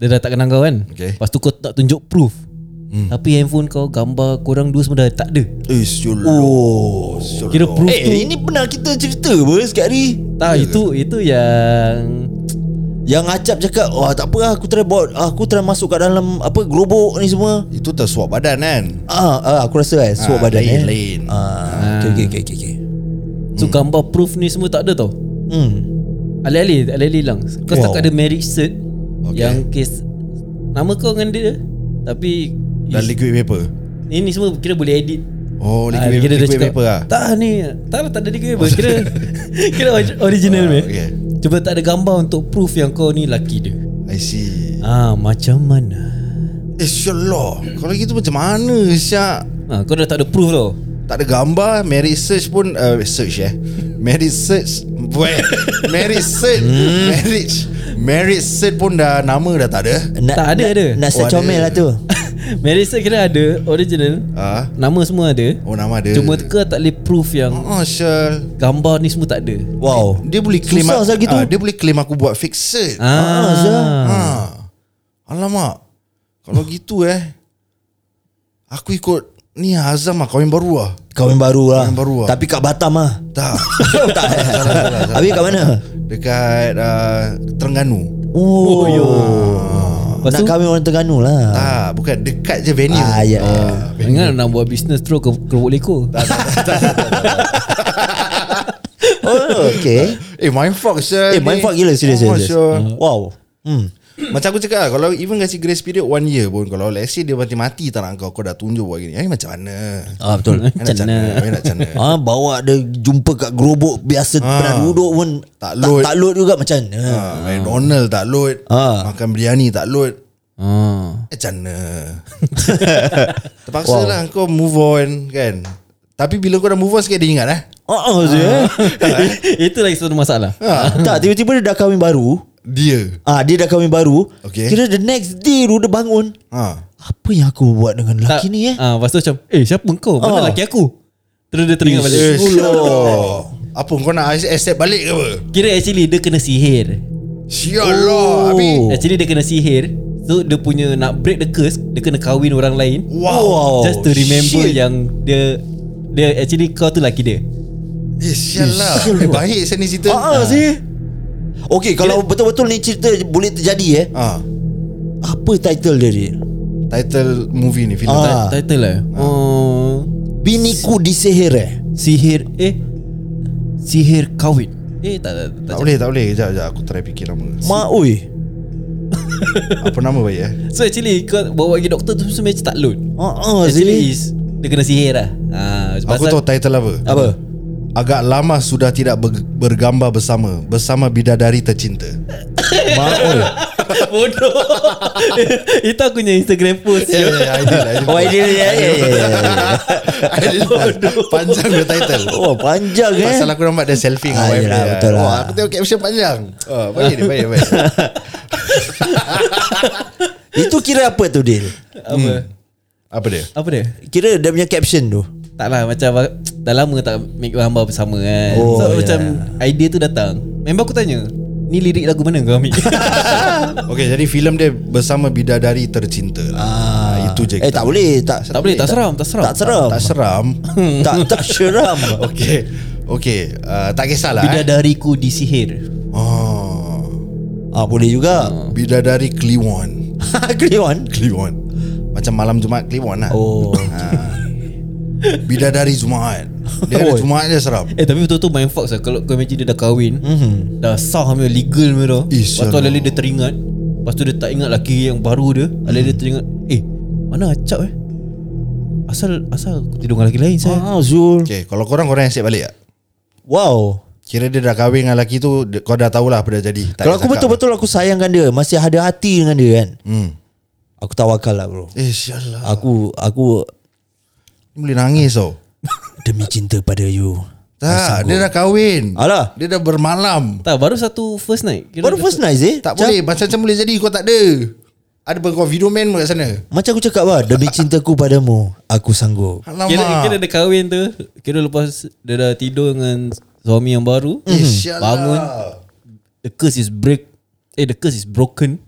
S1: Dia dah tak kenal kau kan
S3: Okay.
S1: Lepas tu kau nak tunjuk proof
S2: Hmm.
S1: Tapi handphone kau Gambar korang dua semua dah tak ada
S3: Eh
S2: Oh.
S1: Kira proof
S2: Eh, Ya,
S1: tu
S2: ini pernah kita cerita apa sekali hari?
S1: Tak itu Itu yang
S2: Yang acap cakap Wah tak apa lah Aku try buat Aku try masuk kat dalam Apa gerobok ni semua
S3: Itu tersuap badan kan
S2: Ah, ah aku rasa eh Suap
S3: Ah,
S2: badan
S3: lain,
S2: eh
S3: lain.
S2: Ah, okay, okay, okay, okay, okay.
S1: So gambar proof ni semua tak ada tau
S2: Hmm.
S1: Alih-alih Alih-alih hilang Kau
S2: Wow.
S1: setakat ada marriage cert
S3: Okay.
S1: okay. Yang kes Nama kau dengan dia Tapi
S3: Dan
S1: is,
S3: liquid paper
S1: Ini semua kira boleh edit
S3: Oh
S1: Ah,
S3: liquid,
S1: dia
S3: paper, liquid
S1: cakap,
S3: paper lah
S1: Tak ni Tak lah tak ada liquid paper Kira Kira ori- original
S3: Ah,
S1: meh.
S3: okay.
S1: Cuma tak ada gambar untuk proof yang kau ni laki dia
S3: I see
S1: Ah macam mana
S3: Eh syallah Kalau gitu macam mana Syak
S1: ah, Kau dah tak ada proof tau
S3: tak ada gambar Merit search pun uh, Search eh Merit search Weh Merit search
S1: Hmm.
S3: Marriage Merit search pun dah Nama dah tak ada
S2: Na,
S1: Tak ada,
S2: na-
S1: ada.
S2: Nasi
S3: Oh, ada.
S2: comel lah tu
S1: Marriage cert kira ada Original
S3: Ah,
S1: Nama semua ada
S3: Oh nama ada
S1: Cuma kau tak boleh proof yang
S3: Oh Syal
S1: Gambar ni semua tak ada
S2: Wow
S3: Dia boleh claim
S2: Susah Zah gitu.
S3: ah, Dia boleh claim aku buat fake search ah.
S2: Ah, Zah. Hmm.
S3: Alamak Kalau gitu eh Aku ikut Ni ah, Azam lah Kahwin baru lah
S2: Kahwin baru lah
S3: Kahwin baru lah.
S2: Tapi kat Batam lah
S3: Tak
S2: Tak eh? Habis kat mana?
S3: Dekat uh, Terengganu
S2: Oh, yo.
S1: Lepas
S2: Nak
S1: tu-
S2: kahwin orang Terengganu lah
S3: Ah, bukan Dekat je venue
S2: Ah, ya, ya.
S1: Ingat nak buat bisnes terus ke kerupuk leko
S2: Oh okay
S3: Eh mindfuck sir
S2: Eh mindfuck gila serius
S3: oh,
S2: serius
S3: Sure.
S2: Wow Hmm
S3: Macam aku cakap lah, Kalau even kasi grace period One year pun Kalau let's say dia mati-mati Tak nak kau Kau dah tunjuk buat gini Eh macam mana
S2: Ah betul
S3: Eh, nak Macam mana Eh, nak Macam mana
S2: Ah ha, bawa dia jumpa kat gerobok biasa ha. pernah duduk pun
S3: Ah. Tak load.
S2: tak, tak load juga macam mana. Ha.
S3: Ah, McDonald tak load
S2: Ah.
S3: Makan biryani tak load
S1: ah.
S3: Eh, Macam mana Terpaksa wow. lah kau move on kan Tapi bila kau dah move on sikit Dia ingat eh
S2: Ah ah je. eh.
S1: Itu lagi satu masalah
S2: Ah, tak tiba-tiba dia dah kahwin baru.
S3: Dia
S2: Ah dia dah kahwin baru.
S3: Okay.
S2: Kira the next day tu dia bangun.
S3: ha.
S2: Apa yang aku buat dengan lelaki ni eh?
S1: ah, Lepas tu macam Eh siapa kau Mana
S2: Ah.
S1: laki aku Terus dia teringat balik
S3: Eh, syok. Apa kau nak accept balik ke apa
S1: Kira actually dia kena sihir
S3: Sialah
S2: Oh.
S3: Habis
S1: Actually dia kena sihir So dia punya nak break the curse Dia kena kahwin orang lain
S3: Wow
S1: Just to remember
S2: Oh, shit.
S1: yang Dia Dia actually kau tu laki dia
S3: Eh sial lah
S2: sial
S3: eh,
S2: lah.
S3: Baik saya ni cerita
S2: Ah ah sih. Okey kalau betul-betul ni cerita boleh terjadi eh.
S3: Ah,
S2: Apa title dia ni?
S3: Title movie ni filem
S1: ah.
S2: Ah.
S1: Title lah oh,
S2: Biniku disihir eh.
S1: Sihir Eh Sihir kahwin Eh tak tak, tak,
S3: Tak boleh tak boleh Kejap kejap aku try fikir nama
S2: Maui.
S3: Apa nama baik eh
S1: So actually kau bawa pergi doktor tu semua macam tak load
S2: Ah ah
S1: Actually
S2: sih.
S1: is Dia kena sihir lah ah,
S3: Aku tahu title apa
S2: Apa?
S3: Agak lama sudah tidak ber- bergambar bersama Bersama bidadari tercinta
S2: Maui.
S1: Bodoh Itu aku punya Instagram post
S3: Ya, ya, ya, ideal, ideal.
S2: Oh ideal ya ya ya, ya, ya.
S3: Ideal. Panjang the title.
S2: Oh panjang eh
S3: Pasal aku nampak dia selfie dengan
S2: Ah,
S3: wife
S2: yelah,
S3: dia.
S2: betul lah.
S3: Wah, aku tengok caption panjang. Oh, baik ni, baik, baik.
S2: Itu kira apa tu Dil
S1: Apa
S3: Apa dia?
S1: Apa dia
S2: Kira dia punya caption tu
S1: Tak lah macam Dah lama tak Make gambar bersama kan oh,
S2: Oh,
S1: So
S2: yeah.
S1: yeah. macam Idea tu datang Member aku tanya Ni lirik lagu mana kau ambil
S3: Okay, jadi filem dia bersama bidadari tercinta lah. Ah, itu je.
S2: Eh
S3: kita-
S2: tak boleh Tak,
S1: Tak boleh tak seram Tak seram
S2: Tak seram
S3: Tak seram.
S2: Tak tak seram
S3: Hmm. Okay. Okay, uh, tak kisahlah. Eh.
S1: Bidadariku disihir
S3: Oh,
S2: Ah boleh juga
S3: bidadari Kliwon.
S2: Kliwon
S3: Kliwon. Macam malam Jumaat Kliwon lah.
S2: Oh
S3: Bidadari Jumaat. Dia ada
S2: Oi.
S3: Jumaat je seram.
S1: Eh tapi betul-betul main fox lah Kalau kau imagine dia dah kahwin
S2: Hmm.
S1: mm-hmm. Dah sah punya legal punya dah
S3: Eh,
S1: Lepas tu
S3: sialah.
S1: alih dia teringat Lepas tu dia tak ingat laki yang baru dia Alih dia teringat Eh mana acap eh Asal asal aku tidur dengan lelaki lain saya
S2: Ah Zul
S3: Okay, kalau korang korang asyik balik tak?
S2: Wow
S3: Kira dia dah kahwin dengan lelaki tu dia- Kau dah tahulah apa dah jadi tak payah
S2: Kalau aku
S3: cakap.
S2: betul-betul aku sayangkan dia Masih ada hati dengan dia kan
S3: hmm.
S2: Aku tawakal lah bro
S3: Eh sialah
S2: Aku Aku
S3: Ni Boleh nangis tau
S2: Demi cinta pada you
S3: Tak Dia dah kahwin
S2: Alah.
S3: Dia dah bermalam
S1: Tak baru satu first night Kira
S2: Baru
S1: dah-
S2: first night eh
S3: Tak
S2: Macam-
S3: boleh Macam-macam boleh jadi Kau tak ada Ada pun kau video man pun kat sana
S2: Macam aku cakap lah Demi cintaku padamu Aku sanggup
S3: Alamak
S1: Kira, kira dia kahwin tu Kira lepas dia dah tidur dengan suami yang baru Hmm.
S3: Eh sialah
S2: ya
S1: Bangun The curse is break Eh the curse is broken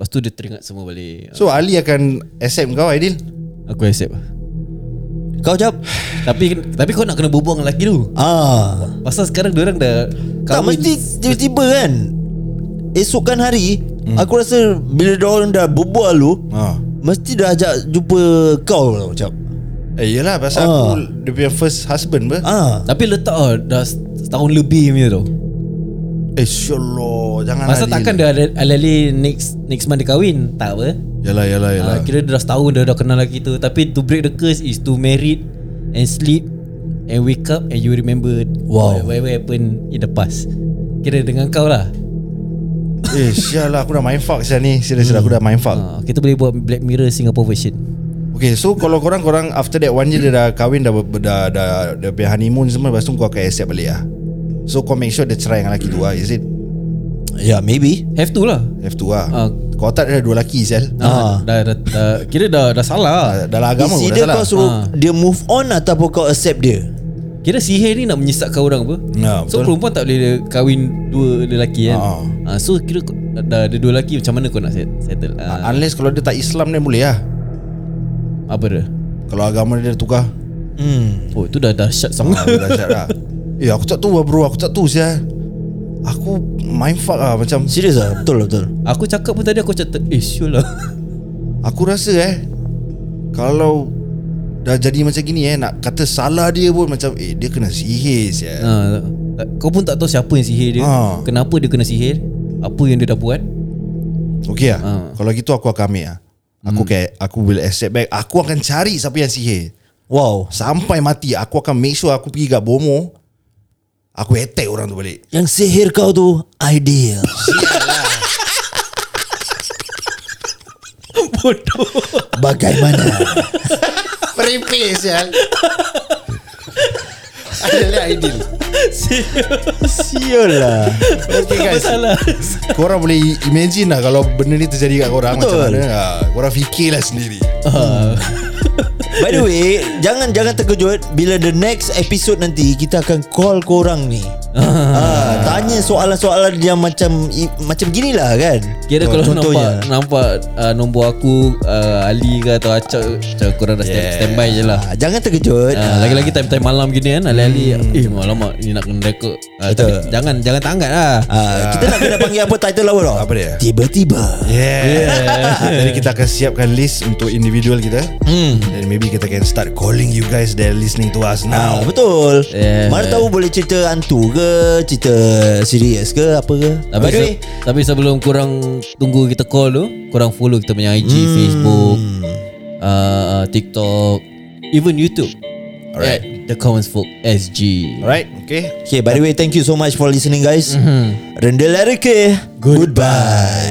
S1: Lepas tu dia teringat semua balik
S3: So Ali akan accept kau Aidil
S1: Aku accept lah.
S2: Kau jawab
S1: Tapi tapi kau nak kena berbual dengan lelaki tu
S2: Ah,
S1: Pasal sekarang orang dah
S2: Tak mesti tiba-tiba kan Esokkan hari
S3: Hmm.
S2: Aku rasa Bila diorang dah berbual lu
S3: ha.
S2: Mesti dah ajak jumpa kau lah Macam
S3: Eh yelah
S1: Ha.
S3: pasal
S2: Ah.
S3: aku Dia punya first husband ber.
S2: Ah,
S1: Tapi letak lah Dah setahun lebih punya tu
S3: Eh sialah Jangan
S1: Pasal
S3: Adil.
S1: takkan dia ada alali next next month dia kahwin Tak apa
S3: Yalah yalah yalah
S1: uh, Kira dia dah setahun dia dah kenal lelaki tu Tapi to break the curse is to married And sleep And wake up And you remember
S2: Wow.
S1: Whatever happened in the past Kira dengan kau lah
S3: Eh sialah Aku dah main fuck sial ni Serius hmm. aku dah main fuck
S1: uh, Kita boleh buat Black Mirror Singapore version
S3: Okay so kalau korang korang after that one year dia dah kahwin dah ber- dah dah, dah, dah honeymoon semua lepas tu kau akan accept balik lah. So kau make sure dia cerai dengan lelaki tu lah Is it
S2: Ya yeah, maybe
S1: Have to lah
S3: have to lah.
S1: Ah.
S3: Kau tak ada dua lelaki sel.
S1: Ah. Dah, dah, dah, kira dah dah salah lah.
S3: Ah, Dalam agama
S2: Isi
S3: pun dah
S2: dia
S3: salah.
S2: kau suruh
S1: Ah.
S2: Dia move on Ataupun kau accept dia
S1: Kira sihir ni nak menyesatkan orang apa
S3: Ya,
S1: So
S3: betul.
S1: perempuan tak boleh dia kahwin dua lelaki kan
S3: Ah.
S1: ha. So kira kau- dah ada dua lelaki macam mana kau nak set- settle
S3: Ah,
S1: ha.
S3: Unless kalau dia tak Islam dia boleh lah.
S1: Apa dia
S3: Kalau agama dia tukar.
S2: Hmm
S1: Oh itu dah dahsyat
S3: Ah,
S1: sangat
S3: aku dahsyat lah. Eh aku tak tahu lah bro, aku tak tahu sel. Aku mind fuck lah macam
S2: Serius lah Betul lah betul
S1: Aku cakap pun tadi aku cakap Eh sure lah
S3: aku rasa eh kalau dah jadi macam gini eh nak kata salah dia pun macam eh dia kena sihir sel.
S1: ha. Kau pun tak tahu siapa yang sihir dia
S3: Ah.
S1: Kenapa dia kena sihir Apa yang dia dah buat
S3: Okey lah
S1: Ah.
S3: Kalau gitu aku akan ambil lah Aku hmm. aku will accept back Aku akan cari siapa yang sihir
S2: Wow
S3: Sampai mati Aku akan make sure aku pergi kat Bomo Aku attack orang tu balik
S2: Yang sihir kau tu Ideal
S1: Bodoh
S2: Bagaimana
S3: Peripis ya Adalah ideal
S2: Sial lah
S3: Okay guys
S1: Salah
S3: Korang boleh imagine lah Kalau benda ni terjadi kat korang Betul. Macam
S2: Betul.
S3: mana ah, Korang fikirlah sendiri
S2: By the way Jangan jangan terkejut Bila the next episode nanti Kita akan call korang ni ah, Tanya soalan-soalan yang macam i, Macam ginilah kan
S1: Kira kalau
S2: Contohnya.
S1: nampak Nampak uh, nombor aku uh, Ali ke atau Acap Macam korang dah yeah. standby je lah
S2: ah, Jangan terkejut
S1: Ah, lagi-lagi time-time malam gini kan Alih-alih
S3: Hmm.
S1: Eh alamak Ni nak kena rekod Ah, tapi
S2: Betul.
S1: Jangan Jangan tak angkat lah
S2: Ah, kita nak kena panggil apa title lawa tau
S3: Apa dia?
S2: Tiba-tiba
S3: Yeah, Ah, Jadi kita akan siapkan list Untuk individual kita hmm. And maybe kita can start Calling you guys That are listening to us now
S2: Ah, betul
S1: Yeah.
S2: Mana tahu boleh cerita hantu ke Cerita serius ke Apa ke
S1: tapi, se- tapi sebelum kurang Tunggu kita call tu Korang follow kita punya IG Facebook uh, TikTok Even YouTube At
S3: Alright.
S1: The Commons Folk SG
S3: Alright Okay
S1: Mhm.
S2: Okay by the way Thank you so much for listening guys mm-hmm. Rendah Larike Goodbye